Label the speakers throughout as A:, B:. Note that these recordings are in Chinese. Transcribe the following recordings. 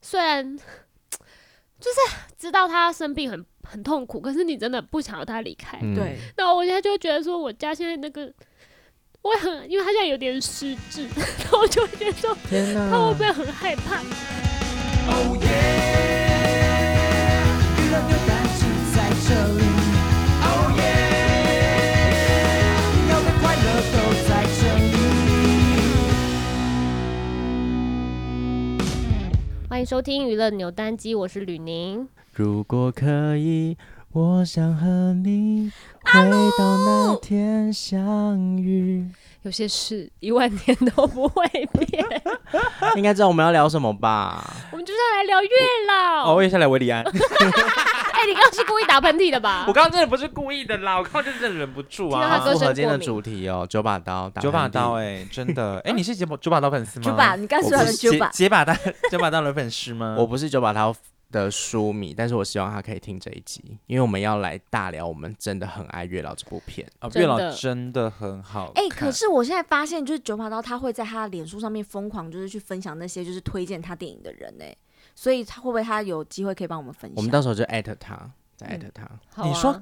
A: 虽然就是知道他生病很很痛苦，可是你真的不想要他离开。
B: 嗯
C: 对，
A: 那我现在就会觉得说，我家现在那个，我也很，因为他现在有点失智， 然后我就会觉得说，
B: 天哪，
A: 他会 不会很害怕？
D: Oh yeah，娱乐扭蛋机在这里。Oh yeah，要的快乐都在这里。
A: 欢迎收听娱乐扭蛋机，我是吕宁。
B: 如果可以，我想和你回到那天相遇。
A: 有些事一万年都不会变，
B: 应该知道我们要聊什么吧？
A: 我们就是要来聊月老。
B: 哦，接下来维里 安，
A: 哎、你刚刚是故意打喷嚏的吧
E: 我？刚刚真的不是故意的啦，我刚刚真的忍不住
A: 听到他
E: 啊
A: 歌。
B: 符
A: 声
B: 合今天
A: 过
B: 的
A: 敏
B: 主题哦，九把刀，打
E: 九把
B: 喷嚏
E: 刀哎、真的哎、你是九把九把刀粉丝吗？
C: 九把，你刚说他的九把
E: 我不是，解解把刀九把刀的粉丝吗？
B: 我不是九把刀的书迷，但是我希望他可以听这一集，因为我们要来大聊我们真的很爱月老这部片。
E: 啊
A: 真
E: 月
A: 的
E: 老真的很好看。
C: 哎、可是我现在发现，就是九把刀他会在他的脸书上面疯狂，就是去分享那些就是推荐他电影的人哎、所以他会不会他有机会可以帮我们分享？
B: 我们到时候就艾特他，再艾特他。
A: 好啊
E: 你说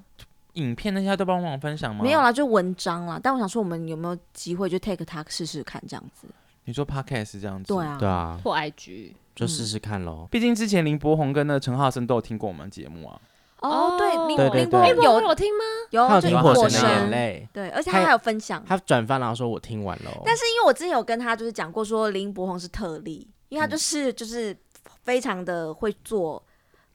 E: 影片那些都帮忙分享吗？
C: 没有啦，就文章啦。但我想说，我们有没有机会就 take 他试试看这样子？
E: 你说 podcast 这样子。
C: 对。啊，
B: 对啊，
A: 破 IG
B: 就试试看喽。
E: 毕竟之前林柏宏跟那个陈浩森都有听过我们节目啊，
C: 哦，对，林
B: 对对
C: 林波
B: 对
A: 哎，我
C: 有
A: 有听吗？
C: 有
B: 他有
C: 就
B: 听
C: 有
B: 哦《火
C: 过
B: 神的眼
C: 声
B: 泪
C: 对，而且
B: 他
C: 他
B: 有
C: 还有分享》，。
B: 他转发然后说我听完哦喽。
C: 但是因为我之前有跟他就是讲过，说林柏宏是特例，因为
B: 嗯
C: 他就是、就是非常的会做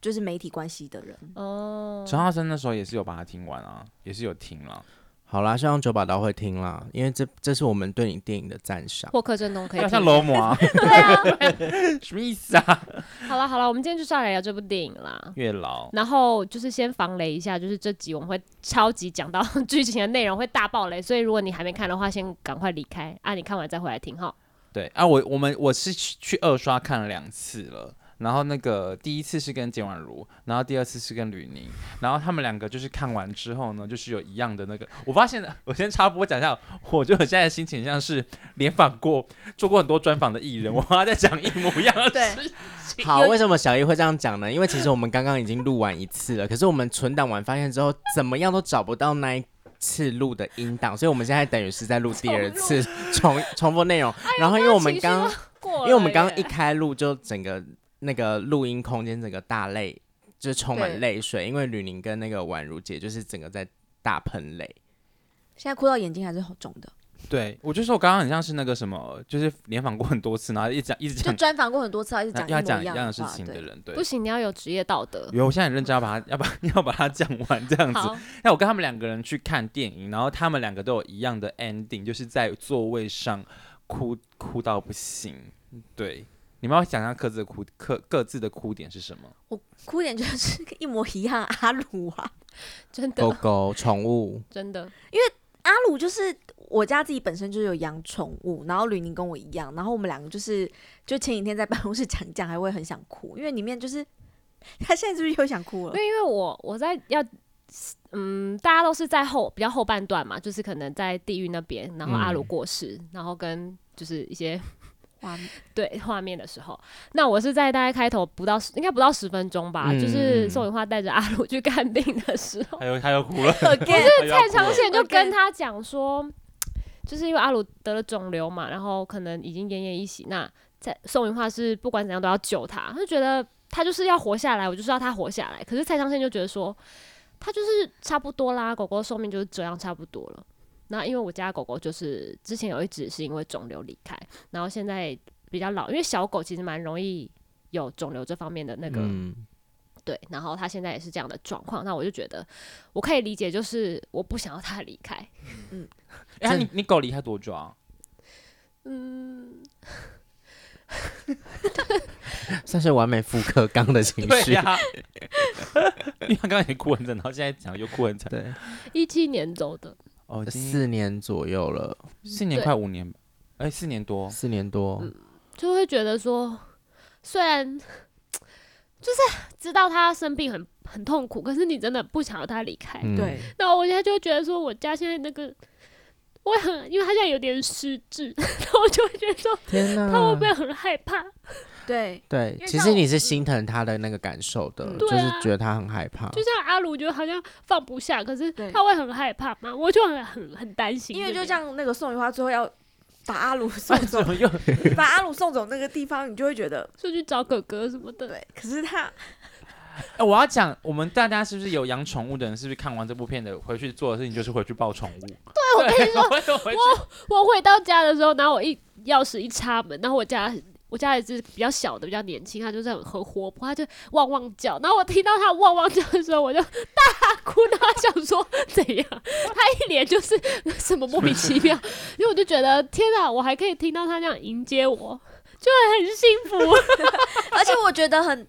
C: 就是媒体关系的人。嗯
A: 哦，
E: 陈浩森那时候也是有把它听完啊，也是有听了。
B: 好啦，希望九把刀会听啦，因为这这是我们对你电影的赞赏。
A: 霍克正东可以
E: 要
A: 听。
E: 像罗摩啊，
C: 对啊，
E: 什么意思啊？
A: 好了好了，我们今天就是要来聊这部电影啦。
E: 月老，
A: 然后就是先防雷一下，就是这集我们会超级讲到剧情的内容，会大爆雷，所以如果你还没看的话，先赶快离开啊！你看完再回来听哈。
E: 对啊，我我们我是去去二刷看了两次了。然后那个第一次是跟简婉如，然后第二次是跟吕宁，然后他们两个就是看完之后呢，就是有一样的那个。我发现，我先插播讲一下，我觉得我现在的心情像是联访过、做过很多专访的艺人，我妈在讲一模一样的
C: 对
E: 事。
B: 好，为什么小姨会这样讲呢？因为其实我们刚刚已经录完一次了，可是我们存档完发现之后，怎么样都找不到那一次录的音档，所以我们现在等于是在录第二次重重复内容。然后因为我们刚
A: 过了
B: 因为我们刚刚一
A: 耶
B: 开录就整个那个录音空间整个大泪，就充满
C: 对
B: 泪水，因为吕宁跟那个宛如姐就是整个在大喷泪。
C: 现在哭到眼睛还是肿的。
E: 对，我就说我刚刚很像是那个什么，就是联访过很多次，然后一直讲一直
C: 就
E: 讲
C: 专访过很多次啊，一直讲
E: 嗯要
C: 一模
E: 讲一
C: 样
E: 样的
C: 的
E: 事
C: 话
E: 情的
C: 对
E: 人，对
A: 不。行，你要有职业道德。
E: 有，我现在很认真要把它，要把要把它讲完这样子。
A: 好，
E: 那我跟他们两个人去看电影，然后他们两个都有一样的 ending，就是在座位上哭哭到不行。对，你们要想象各自的哭各各自的哭点是什么？
C: 我哭点就是一模一样阿鲁啊，
A: 真
B: 狗
A: 的
B: 狗宠物，
A: 真的，
C: 阿鲁就是我家自己本身就是有养宠物，然后吕宁跟我一样，然后我们两个就是就前几天在办公室讲一讲，还会很想哭，因为里面就是他现在是不是又想哭
A: 因
C: 了？
A: 为因为我我在要。嗯，大家都是在后比较后半段嘛，就是可能在地狱那边，然后
B: 嗯
A: 阿鲁过世，然后跟就是一些
C: 哇，
A: 对画面的时候，那我是在大概开头不到十，应该不到十分钟吧，
B: 嗯
A: 就是宋雨花带着阿鲁去 看病的时候，
E: 他又他又哭了，
C: again，
E: 他又要
A: 蔡
E: 哭
A: 长
E: 了
A: 显就
C: OK
A: 跟他讲说，就是因为阿鲁得了肿瘤嘛，然后可能已经奄奄一息，那蔡宋云画是不管怎样都要救他，他就觉得他就是要活下来，我就是要他活下来。可是蔡长宪就觉得说，他就是差不多啦，狗狗寿命就是这样差不多了。那因为我家狗狗就是之前有一只是因为肿瘤离开，然后现在比较老，因为小狗其实蛮容易有肿瘤这方面的那个
B: 嗯，
A: 对，然后他现在也是这样的状况，那我就觉得我可以理解，就是我不想要他离开。
E: 哎、你你狗离开多久啊？
A: 嗯，
B: 算是完美复刻刚的情
E: 对
B: 绪。
E: 呀、 因为他刚刚也哭很惨，然后现在讲又哭很惨。
B: 对，
A: 一七年走的，
E: 哦，已经
B: 呃四年左右了，
E: 四年
A: 对
E: 快五年吧，哎、四年 多。
B: 四年多。
A: 就会觉得说，虽然就是知道他生病很很痛苦，可是你真的不想要他离开。
B: 嗯
C: 对，
A: 那我现在就会觉得说，我家现在那个。我也
B: 嗯
A: 很，因为他现在有点失智，然后我就会觉得说，
B: 天哪！
A: 他会不会很害怕？
C: 对，
B: 对
C: 因为，
B: 其
C: 像
B: 实
C: 我
B: 你是心疼他的那个感受的，
C: 嗯
B: 就
A: 对
B: 是
A: 啊
B: 觉得他很害怕。
A: 就像阿鲁，觉得好像放不下，可是
C: 对
A: 他会很害怕嘛，我就很很很担心这个。
C: 因为就像那个宋雨花最后要把阿鲁送 走，
B: 怎么又
C: 把阿鲁送走那个地方，你就会觉得
A: 就去找哥哥什么的，
C: 对。可是他
E: 哎、我要讲，我们大家是不是有养宠物的人，是不是看完这部片的回去做的事情就是回去抱宠物？对，我跟你说，我有回去
A: 我回到家的时候，然后我一钥匙一插门，然后我家我家一只比较小的，比较年轻，它就是很很活泼，它就汪汪叫。然后我听到它汪汪叫的时候，我就大哭，然后想说怎样？它一脸就是什么莫名其妙，因为我就觉得天啊，我还可以听到它这样迎接 我，就很幸福。
C: 而且我觉得很，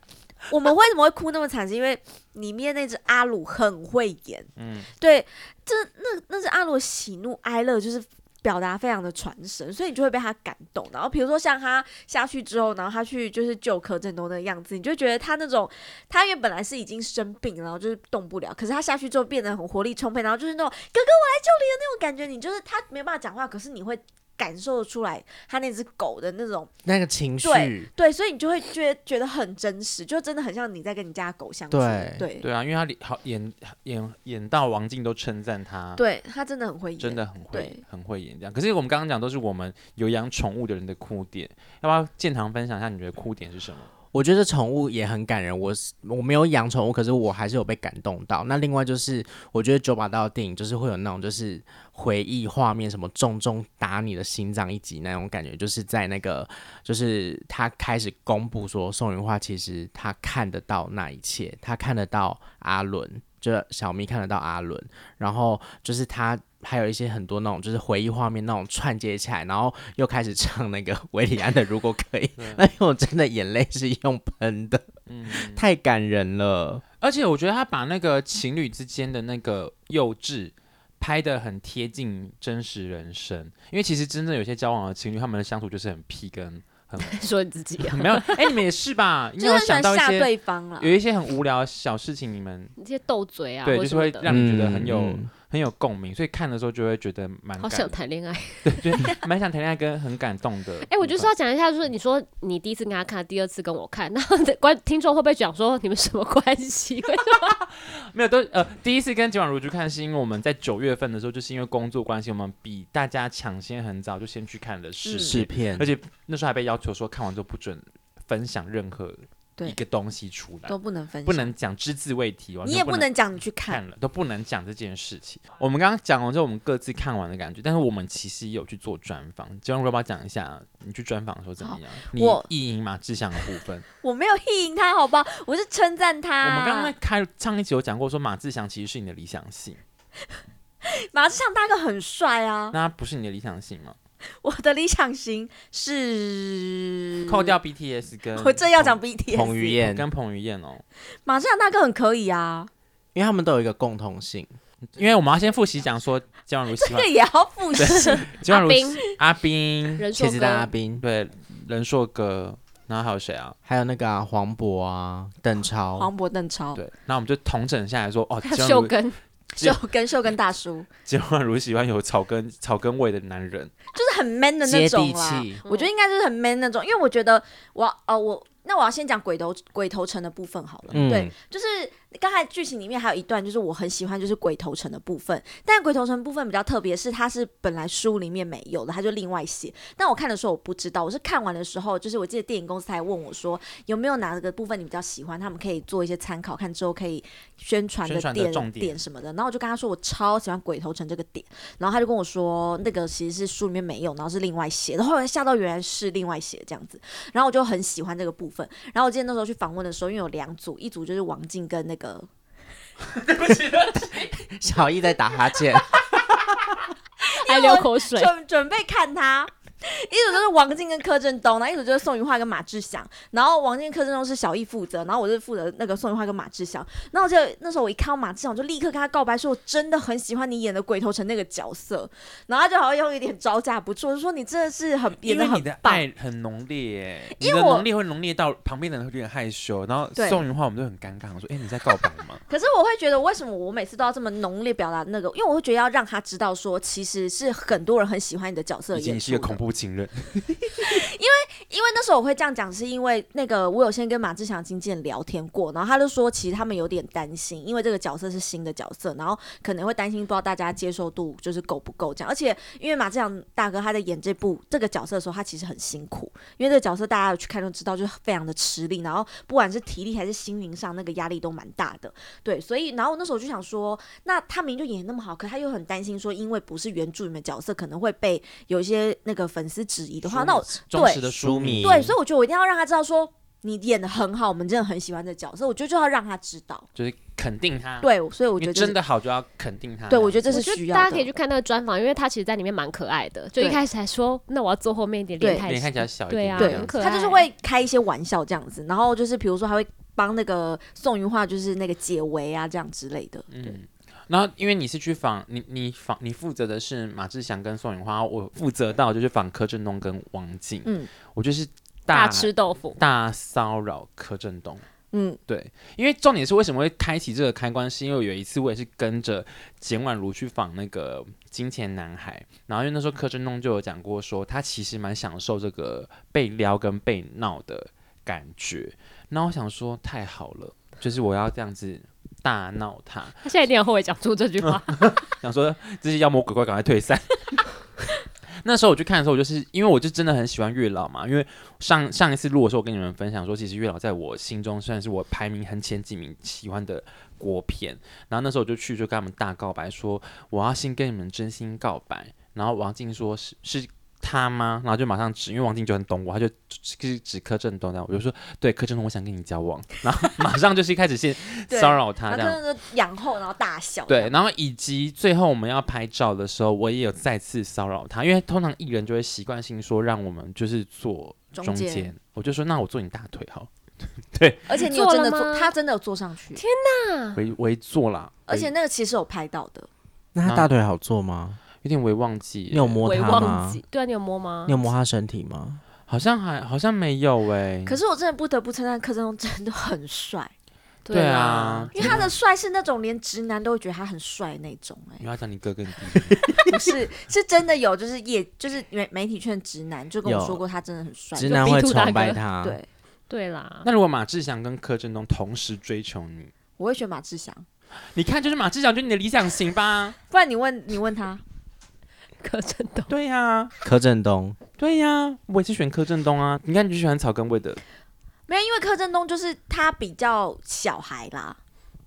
C: 我们为什么会哭那么惨，是因为里面那只阿鲁很会演，
E: 嗯，
C: 对，这那那只阿鲁的喜怒哀乐就是。表达非常的传神，所以你就会被他感动。然后比如说像他下去之后，然后他去就是救柯震东那个样子，你就觉得他那种他因为本来是已经生病，然后就是动不了，可是他下去之后变得很活力充沛，然后就是那种哥哥我来救你的那种感觉。你就是他没有办法讲话，可是你会感受得出来他那只狗的那种
B: 那个情绪？
C: 对，所以你就会觉得觉得很真实，就真的很像你在跟你家的狗相处。
B: 对
C: 对
E: 对啊，因为他里好演演演到王静都称赞他，
C: 对他真的很会演，
E: 啊真的很
C: 对
E: 会很会演这样。可是我们刚刚讲都是我们有养宠物的人的哭点，要不要建堂分享一下你觉得哭点是什么？
B: 我觉得宠物也很感人。我是我没有养宠物，可是我还是有被感动到。那另外就是，我觉得九把刀的电影就是会有那种就是回忆画面，什么重重打你的心脏一击那种感觉，就是在那个就是他开始公布说宋云花其实他看得到那一切，他看得到阿伦。就是小咪看得到阿伦，然后就是他还有一些很多那种就是回忆画面那种串接起来，然后又开始唱那个 维里安的《如果可以》，那因为我真的眼泪是用喷的，
E: 嗯
B: 太感人了。
E: 而且我觉得他把那个情侣之间的那个幼稚拍得很贴近真实人生，因为其实真正有些交往的情侣，他们的相处就是很屁跟很
A: 说你自己、啊，
E: 没 有，哎、你们也是吧？应
C: 就
E: 该
C: 是
E: 有
C: 很喜欢
E: 想到一
C: 吓
E: 些
C: 对方了
E: 有。一些很无聊的小事情，你们
A: 你这些斗嘴啊，
E: 对
A: 或
E: 就是
A: 什么
E: 会
A: 的
E: 让你觉得很有
B: 嗯
E: 很有共鸣，所以看的时候就会觉得蛮
A: 好
E: 感
A: 想谈恋爱。
E: 对，蛮想谈恋爱跟很感动的。哎
A: 哎、我就是要讲一下，就是你说你第一次跟他看，第二次跟我看，然后观听众会不会讲说你们什么关系？为什么
E: 没有都呃，第一次跟今晚如去看，是因为我们在九月份的时候，就是因为工作关系，我们比大家抢先很早就先去看了试
B: 试片
E: 片，而，且那时候还被要求说看完之后不准分享任何
C: 对
E: 一个东西出来
C: 都，不能分享，
E: 不能讲只字未提，完
C: 你
E: 全
C: 也
E: 不
C: 不
E: 能
C: 能讲你去看
E: 看，了，都不能讲这件事情。我们刚刚讲完之后，我们各自看完的感觉，但是我们其实也有去做专访。今晚要不要讲一下你去专访的时候怎么样？你
C: 我
E: 意淫马志祥的部分。
C: 我没有意淫他，好不好？我是称赞他。
E: 我们刚刚在开上一集有讲过，说马志祥其实是你的理想型，
C: 马志祥大哥很帅啊，
E: 那他不是你的理想型吗？
C: 我的理想型是，
E: 扣掉 BTS 跟
C: 嗯我正要讲
B: 彭
C: BTS，
B: 于晏，
E: 跟彭于晏哦，
C: 马志祥大哥很可以啊，
B: 因为他们都有一个共同性，
E: 因为我们要先复习 讲说金宛如喜
C: 这
E: 欢
C: 个也要复习。
E: 金宛
A: 阿
E: 如
A: 斌
E: 阿斌
A: 人
B: 茄
A: 说
B: 子
A: 哥
B: 蛋阿斌，
E: 对任硕哥，然后还有谁啊？
B: 还有那个、啊、黄渤啊，邓超，
C: 黄渤、邓超、
E: 对，那我们就统整下来说哦，金
A: 他
E: 宛
A: 秀
E: 如
A: 根
C: 哦秀跟秀跟大叔，
E: 金宛如喜欢有草根草根味的男人，
C: 就是很 man 的那
B: 接
C: 种
B: 地
C: 啦。
B: 气。
C: 我觉得应该就是很 man 那种，因为我觉得我要呃我那我要先讲鬼头鬼头城的部分好了。
B: 嗯
C: 对，就是刚才剧情里面还有一段，就是我很喜欢就是鬼头城的部分，但鬼头城部分比较特别，是它是本来书里面没有的，它就另外写。但我看的时候我不知道，我是看完的时候，就是我记得电影公司才问我说有没有哪个部分你比较喜欢，他们可以做一些参考，看之后可以宣传的
E: 宣传的
C: 点
E: 重点
C: 点什么的。然后我就跟他说我超喜欢鬼头城这个点，然后他就跟我说那个其实是书里面没有，然后是另外写的。后来吓到原来是另外写这样子，然后我就很喜欢这个部分。然后我记得那时候去访问的时候，因为有两组，一组就是王静跟那个
B: 小易在打哈 欠，
A: 还流口水，
C: 准准备看他。 一组就是王静跟柯震东，然后一组就是宋雨化跟马志祥。然后王静跟柯震东是小易负责，然后我就负责那个宋雨化跟马志祥。然后我就那时候我一看到马志祥，我就立刻跟他告白说，我真的很喜欢你演的鬼头城那个角色。然后他就好像用一点招架不住，就说你真的是很演
E: 因
C: 的
E: 为你
C: 很
E: 的
C: 棒。
E: 爱很浓烈，你
C: 因为
E: 的
C: 我
E: 浓烈会浓烈到旁边的人会有点害羞，然后
C: 对
E: 宋云花我们就很尴尬，我说哎你在告白 吗？
C: 可是我会觉得，为什么我每次都要这么浓烈表达那个？因为我会觉得要让他知道说，其实是很多人很喜欢你的角色
E: 以前
C: 演
E: 你
C: 出
E: 是一
C: 的。
E: 个恐怖情人，
C: 因为那时候我会这样讲，是因为那个我有先跟马志祥经纪人聊天过，然后他就说，其实他们有点担心，因为这个角色是新的角色，然后可能会担心不知道大家接受度就是够不够这样。而且因为马志祥大哥他在演这部这个角色的时候，他其实很辛苦，因为这个角色大家有去看就知道，就是非常的吃力，然后不管是体力还是心灵上那个压力都蛮大的。对，所以然后我那时候就想说，那他明明就演得那么好，可他又很担心说，因为不是原著里面角色，可能会被有一些那个粉丝质疑的话，那我
E: 忠
C: 对
E: 实的
B: 书
E: 书迷，
B: 迷
C: 对，所以我觉得我一定要让他知道说。你演的很好，我们真的很喜欢这角色，我觉得就要让他知道。
E: 就是肯定他。，
C: 对，所以我觉
E: 啊你
C: 得这
E: 真
C: 是
E: 的好就要肯定他。
C: 对我觉得
E: 得
C: 这
A: 我
C: 是
A: 觉得
C: 需要
A: 大家
C: 的
A: 可以去看那个专访，因为他其实在里面蛮可爱的。就一
C: 对
A: 开始还说，那我要坐后面一点，
C: 对
A: 脸太
E: 脸
A: 小
E: 看起来小一
A: 对
E: 点
A: 啊，
E: 这
C: 对
E: 样
A: 很
E: 子，
A: 可爱。
C: 他就是会开一些玩笑这样子，然后就是比如说还会帮那个宋云画就是那个解围啊这样之类的。
E: 嗯。然后，因为你是去访你你访你负责的是马志祥跟宋雨花，我负责到就是访柯震东跟王静，
C: 嗯
E: 我就是
A: 大
E: 大
A: 吃豆腐，
E: 大骚扰柯震东。
C: 嗯，
E: 对，因为重点是为什么会开启这个开关，是因为有一次我也是跟着简婉如去访那个金钱男孩，然后因为那时候柯震东就有讲过说，他其实蛮享受这个被撩跟被闹的感觉。那我想说太好了，就是我要这样子大闹他，
A: 他现在一定很后悔讲出这句话。
E: 想说这些妖魔鬼怪赶快退散。 那时候我去看的时候，我就是因为我就真的很喜欢月老嘛，因为上上一次录的时候，我跟你们分享说，其实月老在我心中算是我排名很前几名喜欢的国片。然后那时候我就去就跟他们大告白说，我要先跟你们真心告白。然后王静说是是他吗？然后就马上指，因为王静就很懂我，他就指指指柯震东，这样我就说对柯震东，我想跟你交往。 然后马上就是一开始先
C: 对
E: 骚扰他
C: 然后
E: 这样。
C: 真的是仰后然后大笑。
E: 对，，然后以及最后我们要拍照的时候，我也有再次骚扰他，因为通常艺人就会习惯性说让我们就是坐
C: 中
E: 中
C: 间
E: 间，我就说那我坐你大腿好，
C: 而且你有真的
A: 做了
C: 坐，
A: 吗
C: 他真的有坐上去，
E: 我也我也坐啦，
C: 嗯而且
E: 我也
C: 那个其实有拍到的。
E: 嗯
B: 那他大腿好做吗？
E: 有点我也忘记
B: 你
E: 了，
B: 有摸
A: 我也
B: 他
A: 忘
B: 吗
A: 记？，对啊，你有摸吗
B: 你？有摸他身体吗？
E: 好像还好像没有哎、
C: 可是我真的不得不称赞柯震东真的很帅，
E: 对
A: 啦
E: 啊，，
C: 因为他的帅是那种连直男都会觉得他很帅的那种、
E: 你
C: 哎，
E: 要讲你哥跟你弟弟，
C: 不是，是真的有，就是也就是媒媒体圈直男就跟我
B: 有
C: 说过他真的很帅，
B: 直
A: 就
B: 男
A: 逼
B: 会
A: 吐大
B: 崇拜
A: 哥
B: 他，
C: 对，
A: 对啦，
E: 那如果马志祥跟柯震东同时追求你，
C: 我会选马志祥，
E: 你看就是马志祥就是你的理想型吧？
C: 不然你问你问他，
A: 柯震东。
E: 对呀、
B: 柯震东，
E: 对呀、我也是选柯震东啊，你看你就喜欢草根味的，
C: 没有，因为柯震东就是他比较小孩啦，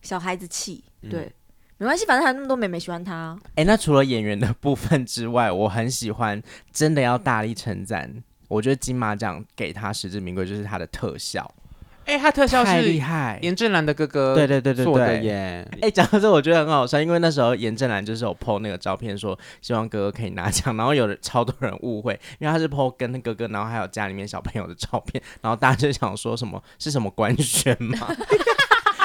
C: 小孩子气，
E: 嗯
C: 对，没关系，反正还有那么多妹妹喜欢他。
B: 哎、那除了演员的部分之外，我很喜欢，真的要大力称赞。我觉得金马奖给他实至名归，就是他的特效，
E: 哎、他特效
B: 太
E: 是
B: 厉害。
E: 严正兰的哥哥，
B: 对对对对
E: 做的
B: 对。
E: 耶。
B: 哎、讲到这我觉得很好笑，因为那时候严正兰就是有 PO 那个照片说希望哥哥可以拿奖，然后有人超多人误会，因为他是 PO 跟哥哥，然后还有家里面小朋友的照片，然后大家就想说什么是什么官宣吗？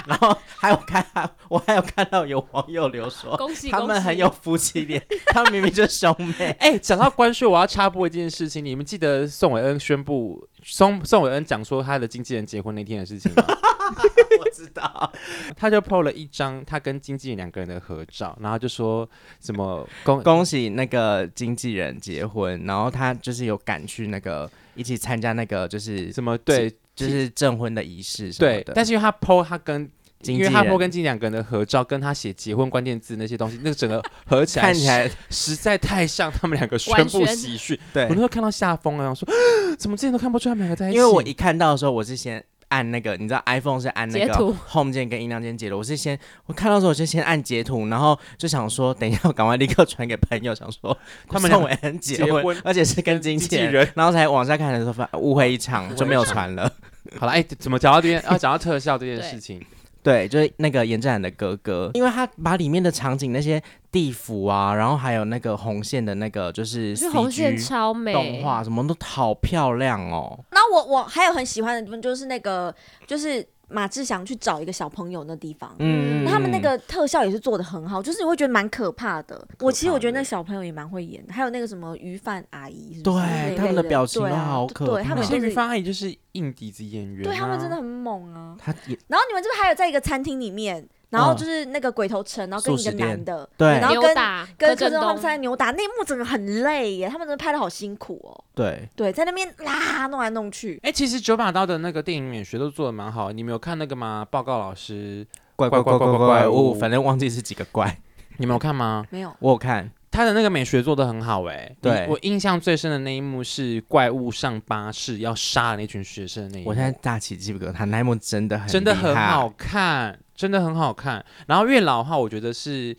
B: 然后还有看，我还有看到有网友留说，
A: 恭喜
B: 哦他们很有夫妻脸，他们明明就是兄妹。
E: 哎、讲到关税，我要插播一件事情，你们记得宋伟恩宣布宋宋伟恩讲说他的经纪人结婚那天的事情吗？
B: 我知道，
E: 他就 PO 了一张他跟经纪人两个人的合照，然后就说什么公
B: 恭喜那个经纪人结婚，然后他就是有赶去那个一起参加那个就是
E: 什么对
B: 就是证婚的仪式什么
E: 对
B: 的，，
E: 但是因为他 PO 他跟
B: 经
E: 因
B: 纪人
E: 为他 PO 跟经纪人两个人的合照，跟他写结婚关键字那些东西，那个整个合起来
B: 看起来
E: 实在太像他们两个宣
A: 完
E: 布
A: 全
E: 喜讯，
B: 对
E: 我那，时候看到吓疯了，然后说 怎么之前都看不出他们两个在一起，啊
B: 因为我一看到的时候，我是先。按那个，你知道 iPhone 是按那
A: 截
B: 个
A: 图
B: Home 键跟音量键截的。我是先我看到的时候，我就先按截图，然后就想说，等一下我赶快立刻传给朋友，想说
E: 他们
B: 宋
E: 两个
B: 伟恩结
E: 结
B: 婚，
E: 婚
B: 而且是跟经纪
E: 经纪人哦
B: 然后才往下看的时候发误会一场，就没有传了。
E: 好了，哎、怎么讲到这边啊？讲到特效这件
A: 对
E: 事情，
B: 对，就是那个严正然的哥哥，因为他把里面的场景那些地府啊，然后还有那个红线的那个就是
A: 就是红线
B: CG
A: 超美，
B: 动画，什么都好漂亮哦。
C: 那我我还有很喜欢的地方就是那个就是马志祥去找一个小朋友那地方。
A: 嗯
B: 嗯，
C: 那他们那个特效也是做的很好，就是你会觉得蛮可怕的。我其实我觉得那小朋友也蛮会演的，还有那个什么鱼贩阿姨是不是那一类
B: 对他们的表情
C: 对
B: 都
C: 啊
B: 好可怕，
C: 对他们
E: 谢
C: 就是
E: 于芳阿姨就是硬底子演员、啊，
C: 对他们真的很猛啊。
B: 他也
C: 然后你们这边还有在一个餐厅里面，然后
B: 嗯
C: 就是那个鬼头城，然后跟一
B: 素
C: 个
B: 食店
C: 男的，
B: 对
C: 然后
A: 扭
C: 跟
A: 打
C: 跟
A: 柯
C: 柯震
A: 震
C: 东他们
A: 东
C: 在扭打，那一幕整个很累耶，他们真的拍的好辛苦哦。
B: 对，
C: 对，在那边啦弄来弄去，
E: 哎、其实九把刀的那个电影免学都做的蛮好，你们有看那个吗？报告老师，
B: 怪
E: 怪怪
B: 怪
E: 怪
B: 怪
E: 怪物
B: 物，反正忘记是几个怪。
E: 你们有看吗？
C: 没有
B: 我有看，
E: 他的那个美学做的很好哎、
B: 对
E: 我印象最深的那一幕是怪物上巴士要杀的那群学生的那一幕，
B: 我现在大起鸡皮疙瘩，那一幕哎真的很
E: 真的
B: 厉
E: 很
B: 害
E: 好，看，真的很好看。然后月老的话，我觉得是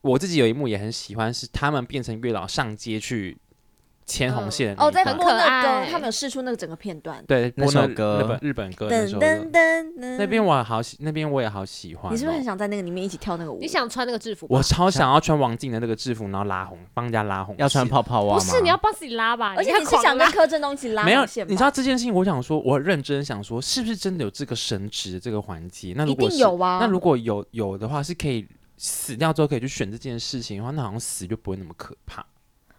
E: 我自己有一幕也很喜欢，是他们变成月老上街去牵红线的那
C: 哦，
E: 一
C: 在
E: 段
C: 播
A: 很可
C: 那个，
A: 爱
C: 他们有试出那个整个片段，
E: 对播
B: 那首
E: 日
B: 歌
E: 本日本歌那
C: 噔
E: 时候的
C: 噔噔噔，
E: 那边我好喜，那边我也好喜欢哦、
C: 你是不是很想在那个里面一起跳那个舞？
A: 你想穿那个制服吧？
E: 我超想要穿王静的那个制服，然后拉红，帮人家拉红线，
B: 要穿泡泡袜
A: 不
B: 吗？
A: 是，你要帮自己拉吧？
C: 而且
A: 要
C: 你
A: 啊
C: 是
A: 狂
C: 想跟
A: 拉
C: 柯震东一起拉
E: 没有
C: 网线，吧
E: 你知道这件事情，我想说，我认真想说，是不是真的有这个神职的这个环节？那
C: 一
E: 如果
C: 定
E: 是，
C: 有啊。
E: 那如果有有的话，是可以死掉之后可以去选这件事情的话，那好像死就不会那么可怕。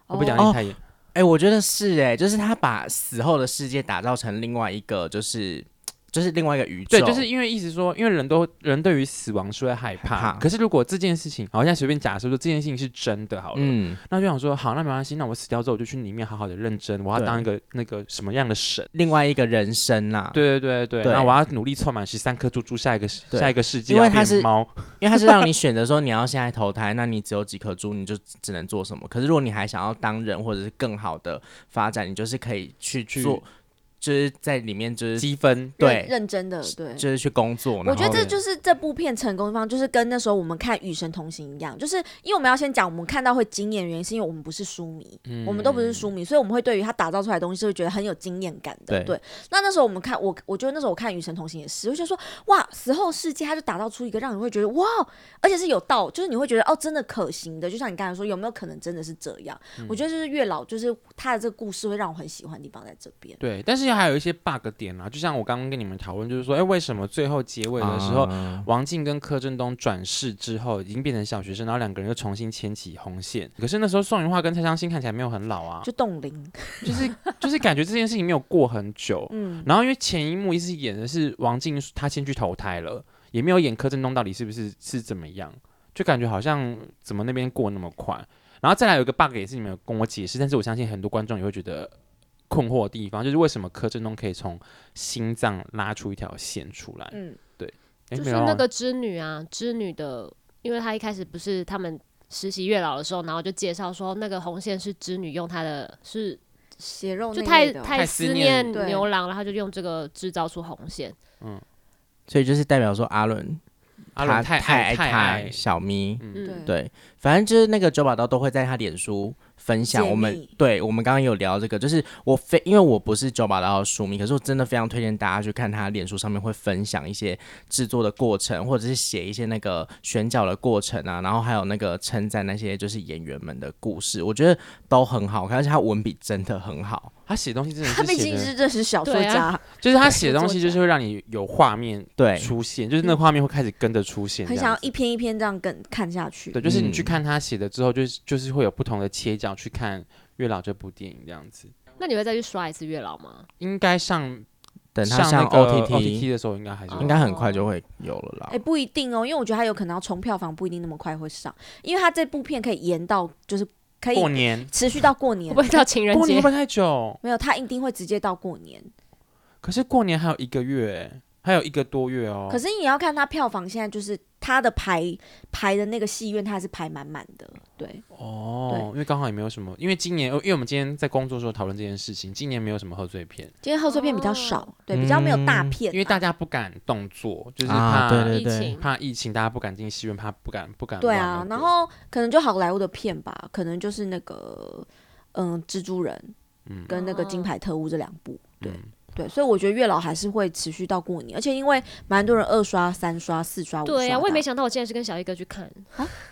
E: 我不讲
B: 哦
E: 太严，
B: 哎、我觉得是哎、就是他把死后的世界打造成另外一个，就是就是哦另外一个宇宙，
E: 对，就是因为意思说，因为人都人对于死亡是会害怕，
B: 害怕
E: 可是如果这件事情，好像随便假设说这件事情是真的好了，
B: 嗯，
E: 那就想说，好，那没关系，那我死掉之后我就去里面好好的认真，我要
B: 对
E: 当一个那个什么样的神。
B: 另外一个人生啊啦、，
E: 对对对对，
B: 对
E: 那我要努力凑满十三颗珠珠，下一个世
B: 对
E: 下一个世界
B: 因为
E: 要
B: 它
E: 变
B: 是
E: 猫，
B: 因为他是让你选择说你要现在投胎，那你只有几颗珠，你就只能做什么。可是如果你还想要当人或者是更好的发展，你就是可以去
E: 去
B: 做，就是在里面就是
E: 积分。
C: 认
B: 对，
C: 认真的，对，
B: 就是去工作。
C: 我
B: 然
C: 觉得
B: 后
C: 这就是这部片成功的地方，就是跟那时候我们看《与神同行》一样，就是因为我们要先讲，我们看到会惊艳，原因是因为我们不是书迷，
E: 嗯
C: 我们都不是书迷，所以我们会对于他打造出来的东西是会觉得很有惊艳感的。
B: 对
C: 那那时候我们看我，我觉得那时候我看《与神同行》也是，我就说哇，死后世界他就打造出一个让你会觉得哇，而且是有道，就是你会觉得哦，真的可行的。就像你刚才说，有没有可能真的是这样？
E: 嗯
C: 我觉得就是月老，就是他的这个故事会让我很喜欢的地方在这边。
E: 对，但是还有一些 bug 点啊，就像我刚刚跟你们讨论，就是说，哎，为什么最后结尾的时候，
B: 啊
E: 王静跟柯震东转世之后已经变成小学生，然后两个人又重新牵起红线？可是那时候宋云画跟蔡昌信看起来没有很老啊
C: 就，冻龄，
E: 就是 就是感觉这件事情没有过很久。
C: 嗯，
E: 然后因为前一幕一直演的是王静她先去投胎了，也没有演柯震东到底是不是是怎么样，就感觉好像怎么那边过那么快。然后再来有一个 bug 也是你们有跟我解释，但是我相信很多观众也会觉得困惑的地方，就是为什么柯震东可以从心脏拉出一条线出来？
C: 嗯，
E: 诶
A: 就
E: 没
A: 是
E: 有啊
A: 那个织女啊，织女的，因为她一开始不是他们实习月老的时候，然后就介绍说那个红线是织女用她的，是
C: 血肉
A: 就
C: 那
A: 太
C: 类的哦
E: 太思
A: 思
E: 念
A: 念
C: 对
A: 牛郎，然后她就用这个制造出红线。
B: 所以就是代表说阿伦
E: 阿伦
B: 他
E: 太
B: 太
E: 爱太
B: 爱
E: 爱，
B: 小咪，
A: 嗯，
B: 对，反正就是那个九把刀都会在他脸书分享。
C: 解
B: 我们
C: 密
B: 对我们刚刚有聊这个，就是我非因为我不是九把刀的书迷，可是我真的非常推荐大家去看他脸书上面会分享一些制作的过程，或者是写一些那个选角的过程啊，然后还有那个称赞那些就是演员们的故事，我觉得都很好看，而且他文笔真的很好。
E: 他写东西真的
C: 他
E: 是
C: 毕
E: 写
C: 竟是
E: 的，
C: 认识小说
A: 对啊
C: 家，
E: 就是他写的东西就是会让你有画面
B: 对，
E: 出现，就是
C: 嗯
E: 那个画面会开始跟着出现，
C: 很
E: 这
C: 想
E: 样
C: 要
E: 子
C: 一篇一篇这样跟看下去。
E: 对，就是你去
B: 嗯
E: 看他写的之后，就是就是会有不同的切角去看《月老》这部电影这样子。
A: 那你会再去刷一次月老吗？
E: 应该上
B: 等他上
E: 那个
B: OTT
E: OTT 的时候，应该还是
A: 哦
E: 会
B: 应该很快就会有了啦。
C: 哎、不一定哦，因为我觉得他有可能要冲票房，不一定那么快会上，因为他这部片可以延到，就是可以
E: 过年，
C: 持续到过
A: 会
C: 年
A: 不。会到情人
E: 过
A: 节
E: 年会不？会太久？
C: 没有，他一定会直接到过年。
E: 可是过年还有一个月，还有一个多月哦。
C: 可是你也要看他票房现在就是他的排排的那个戏院，他还是排满满的。对，
E: 哦
C: 对，
E: 因为刚好也没有什么，因为今年，因为我们今天在工作的时候讨论这件事情，今年没有什么贺岁片，
C: 今天贺岁片比较少，对，比较没有大片啊、
E: 嗯因为大家不敢动作，就是怕、
B: 啊，对对
A: 疫
B: 对
A: 情，
E: 怕疫情，大家不敢进戏院，怕不敢不敢
C: 对
E: 乱那
C: 啊
E: 个。，
C: 然后可能就好莱坞的片吧，可能就是那个嗯蜘蛛人，
E: 嗯
C: 跟那个金
A: 哦
C: 牌特务这两部。对，
E: 嗯
C: 对，所以我觉得月老还是会持续到过年，而且因为蛮多人二刷、三刷、四刷、五刷的啊。
A: 对呀、我也没想到我竟然是跟小一哥去看，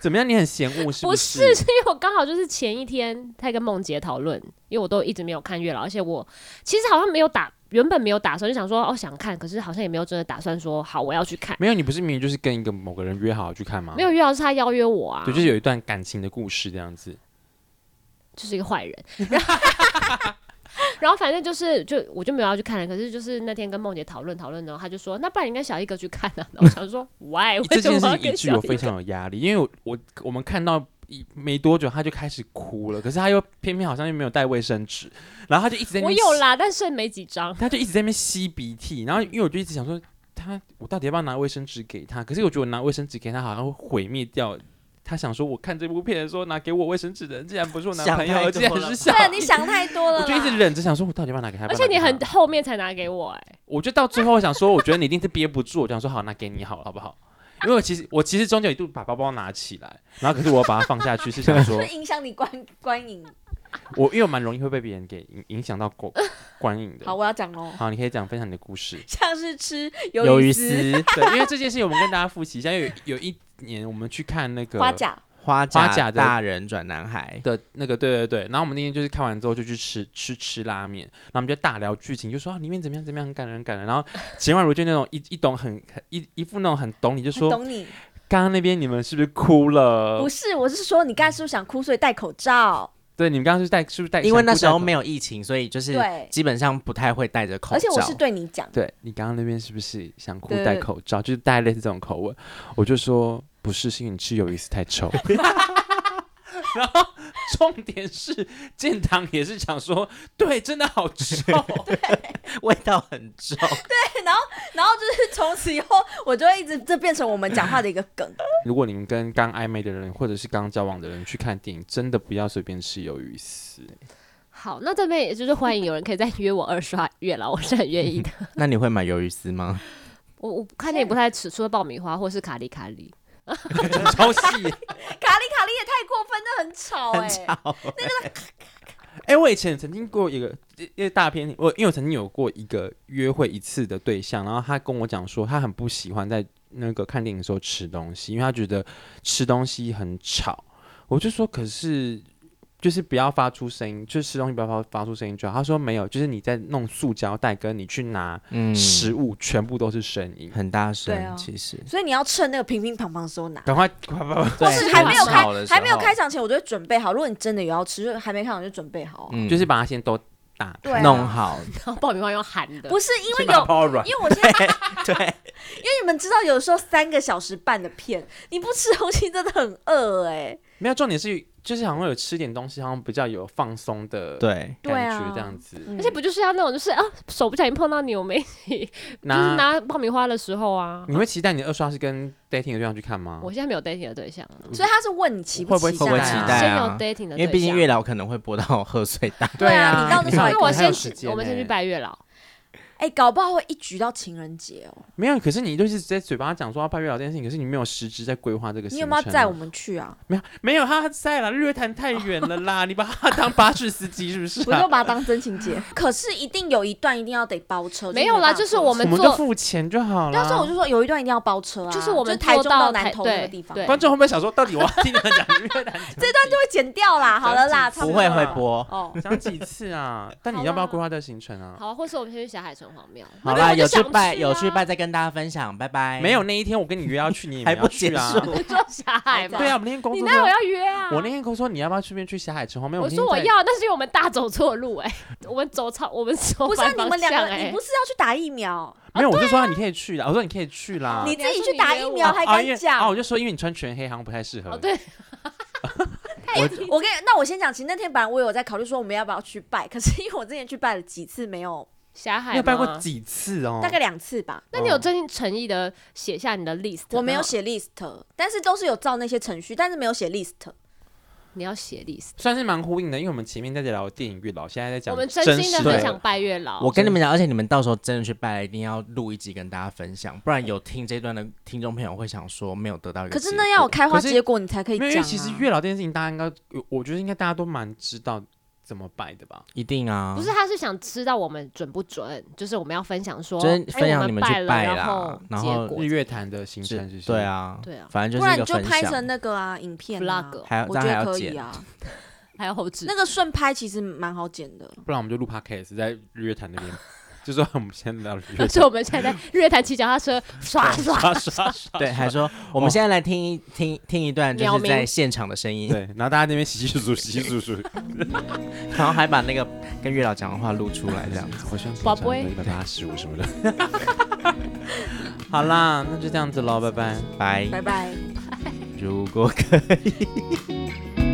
E: 怎么样？你很嫌恶是
A: 不
E: 是？
A: 是因为我刚好就是前一天在跟梦杰讨论，因为我都一直没有看月老，而且我其实好像没有打，原本没有打算，就想说哦想看，可是好像也没有真的打算说好我要去看。
E: 没有，你不是明明就是跟一个某个人约好去看吗？
A: 没有，月老是他邀约我啊，
E: 对，就是有一段感情的故事这样子。
A: 就是一个坏人。 然后反正就是就我就没有要去看了，可是就是那天跟梦姐讨论讨论的，她就说那不然你跟小一哥去看啊。 然后我想说 why 为
E: 这
A: 什么
E: 件
A: 要
E: 事
A: 跟
E: 一
A: 小
E: 句
A: 一
E: 我非常有压力，因为我我我们看到一没多久他就开始哭了，可是他又偏偏好像又没有带卫生纸，然后他就一直在那
A: 我
E: 边
A: 有
E: 吸，
A: 啦，但剩没几张。
E: 他就一直在那边吸鼻涕，然后因为我就一直想说他我到底要不要拿卫生纸给他，可是我觉得我拿卫生纸给他好像会毁灭掉。他想说，我看这部片的时候拿给我卫生纸的人竟然不是我男
B: 想
E: 朋
B: 太
E: 友，
B: 多
E: 竟然
B: 了吧
E: 是小
A: 啊
C: 对，你想太多了 啦。
E: 我就一 直忍着想说，我到底要不要拿给他？
A: 而且你
E: 要不要拿
A: 很
E: 给他，
A: 后面才拿给我哎、
E: 我就到最后想说，我觉得你一定是憋不住，我想说好，那给你好了，好不好？因为我其实我其实中间有一度把包包拿起来，然后可是我要把它放下去，是想 说
C: 是影响你观观影。
E: 我因为我蛮容易会被别人给影影响到观 观影的
C: 好，。我要讲 喽，
E: 好，你可以讲分享你的故事。
C: 像是吃
B: 鱿
C: 鱿
B: 鱼
C: 丝、
B: 丝、
E: 对，因为这件事情我们跟大家复习一下，因为有有一年我们去看那个
C: 花甲，
B: 花甲
E: 花甲的
B: 大人转男孩，
E: 的那个，对对对。然后我们那天就是看完之后就去吃吃吃拉面，然后我们就大聊剧情，就说啊里面怎么样怎么样，很感人很感人。然后秦婉如就那种一一懂很很一一副那种很懂你，就
C: 很
E: 说呃
C: 懂你。
E: 刚刚那边你们是不是哭了
C: 不？是，我是说你刚才是不是想哭，所以戴口罩？
E: 对，你们刚刚是戴是不是戴？
B: 因为那时候
E: 想哭戴口
B: 没有疫情，所以就是
C: 对
B: 基本上不太会戴着口罩。
C: 而且我是对你讲，
E: 对你刚刚那边是不是想哭
C: 对
E: 戴口罩，就是戴类似这种口吻？我就说不是，是因为你吃鱿鱼丝 太臭。然后重点是建堂也是想说，对，真的好臭。
B: 味道很重，
C: 然后就是从此以后，我就会一直这变成我们讲话的一个梗。
E: 如果你们跟刚暧昧的人或者是刚交往的人去看电影，真的不要随便吃鱿鱼 丝。
A: 好，那这边也就是欢迎有人可以再约我二刷月老，我是很愿意 的。
B: 那你会买鱿鱼丝吗？
A: 我我看电影不太吃，除了爆米花或是卡里卡里。
E: 超细。
C: 卡里卡里也太过分，那很吵哎、
E: 哎、我以前曾经过一个一一个大片，我因为我曾经有过一个约会一次的对象，然后他跟我讲说，他很不喜欢在那个看电影的时候吃东西，因为他觉得吃东西很吵。我就说，可是就是不要发出声音，就是吃东西不要发发出声音就好。他说没有，就是你在弄塑胶袋跟你去拿
B: 嗯，
E: 食物，全部都是声 音。
B: 很大
C: 对啊
B: 声，其实。
C: 所以你要趁那个乒乒乓乓的时候拿。
E: 赶快，快快快！
C: 或
B: 对
C: 是
A: 对
C: 还没有
A: 很
C: 开
B: 吵的时候
C: 还没有开场前，我就会准备好。如果你真的有要吃，就还没开场就准备好啊、
B: 嗯
E: 就是把它先都打
C: 对啊
E: 开，
B: 弄好，
A: 然后哦爆米花用喊的，
C: 不是因为有，
E: 泡软
C: 因为我现在对，因为你们知道，有时候三个小时半的片，你不吃东西真的很饿哎、
E: 没有重点是，就是好像有吃点东西，好像比较有放松的
B: 对，
C: 对
E: 感
C: 啊
E: 觉这样子。
A: 而且不就是要那种就是啊手不小心碰到你，我们一起就是
E: 那
A: 拿爆米花的时候啊。
E: 你会期待你的二刷是跟 dating 的对象去看吗？
A: 我现在没有 dating 的对象啊，
C: 所以他是问你期
E: 会不
C: 期
E: 会
C: 待、
B: 会不会期
E: 啊
B: 待
A: 先有
B: 啊？
A: dating 的对象，
B: 因为毕竟月老可能会播到贺岁档，
C: 对啊，你到那时候
E: 还
A: 那
C: 还
A: 我
E: 还有
A: 先
E: 时
A: 去，
E: 间
A: 我们先去
E: 欸
A: 拜月 老。
C: 哎、搞不好会一局到情人节哦。
E: 没有，可是你就是在嘴巴讲说要拍月老这件事情，可是你没有实质在规划这个行程。
C: 你有没有载我？们去啊？
E: 没有，没有，他在啦，日月潭太远了啦，你把他当巴士司机是不是
C: 我
E: 啊、
C: 就把它当真情节。可是一定有一段一定要得包车，
A: 没有啦，
C: 办法
A: 就是我们
E: 我们就
A: 做，
E: 付钱就好了。
C: 对啊，所以我就说有一段一定要包车啊，
A: 就是我们
C: 台
A: 坐
C: 中到
A: 台
C: 南投那个地方，
A: 对
C: 就
E: 观众会不会想说，到底我要听他讲日月潭这段
C: 会剪掉啦。好了啦，差
B: 不
C: 多
B: 会
C: 了
B: 会播。
C: 哦。
E: 讲几次啊？但你要不要规划这个行程啊？
A: 好，或是我们先去霞海城隍庙。
B: 好
A: 那我
B: 啦，
A: 就
B: 有去
A: 想
B: 拜，
A: 啊
B: 有去拜，再跟大家分享，拜拜。
E: 没有那一天我跟你约要去，你也没
B: 还
E: 要
B: 不
E: 去
B: 结
E: 啊。
B: 束，
A: 你说霞海吗？
E: 对啊，我们那天工
A: 你
E: 作
A: 那我
E: 说，
A: 要约啊。
E: 我那天工作说你要不要顺便去霞海城隍庙？
A: 我
E: 那
A: 说
E: 天
A: 我
E: 在
A: 要，但是因为我们大走错路哎、 我们走超，我们走
C: 不是啊
A: 反
C: 你
A: 方
C: 们两
A: 向
C: 个，
A: 哎、
C: 你不是要去打疫苗？
E: 没有，我就
A: 啊
E: 说你可以去啦，我说你可以去啦。
C: 你
A: 你还
C: 自己
A: 说
C: 去
A: 你
C: 打
A: 约
C: 疫
A: 我
C: 苗还
E: 啊啊，因为
C: 敢讲
E: 啊，？我就说因为你穿全黑好像不太适合。
A: 哦对，
C: 我跟你那我先讲，其实那天本来我有在考虑说我们要不要去拜，可是因为我之前去拜了几次，没有
A: 霞海
E: 你有拜过
A: 吗
E: 几次哦？
C: 大概两次吧，
A: 那你有真心诚意的写下你的哦 list？
C: 我没有
A: 然后
C: 写 list，但是都是有照那些程序，但是没有写 list。
A: 你要写 list。
E: 算是蛮呼应的，因为我们前面在聊电影月老，现在在讲
A: 我们
E: 真
A: 真心
E: 实
A: 的很想拜月老，
B: 我跟你们讲，而且你们到时候真的去拜了，一定要录一集跟大家分享，不然有听这段的听众朋友会想说没有得到一个
C: 可
B: 结
C: 是
B: 果
C: 那要有开花
E: 可是
C: 结果你才可以
E: 对没有，
C: 讲啊。
E: 因为其实月老这件事情，大家应该，我觉得应该大家都蛮知道怎么拜的吧？
B: 一定啊，
A: 不是，他是想知道我们准不准，就是我们要分享说，
B: 真
A: 哎
B: 分享
A: 我
B: 你
A: 们
B: 们去
A: 了，
B: 拜
A: 然
B: 啦然后
A: 结果
E: 日月潭的行程是
B: 是
E: 不是
B: 对，啊，
A: 对啊
B: 反正
C: 不
B: 就是
C: 然
B: 一
C: 你
B: 个
C: 就
B: 分
C: 拍成
B: 享，
C: 那个啊影片啊
A: vlog，
B: 还要
C: 我
B: 这
C: 觉得
B: 样还要
C: 可以
B: 剪
C: 啊。
A: 还有后置，
C: 那。个顺拍其实蛮好剪的，
E: 不然我们就录 podcast 在日月潭那边就说我们先聊旅游
A: 所以我们现在在日月潭骑脚踏 车，刷刷
E: 刷刷刷，
B: 对，还说我们现在来听一听听一段，就
A: 鸟
B: 是在
A: 鸣
B: 现场的声音，
E: 对，然后大家那边洗洗漱漱洗洗漱漱，
B: 然后还把那个跟月老讲的话录出来，这样子。
E: 我希望
A: 宝贝
E: 一百八十五 什么的。好啦，那就这样子喽，拜拜。
B: 拜。
C: 拜拜。
B: 如果可以。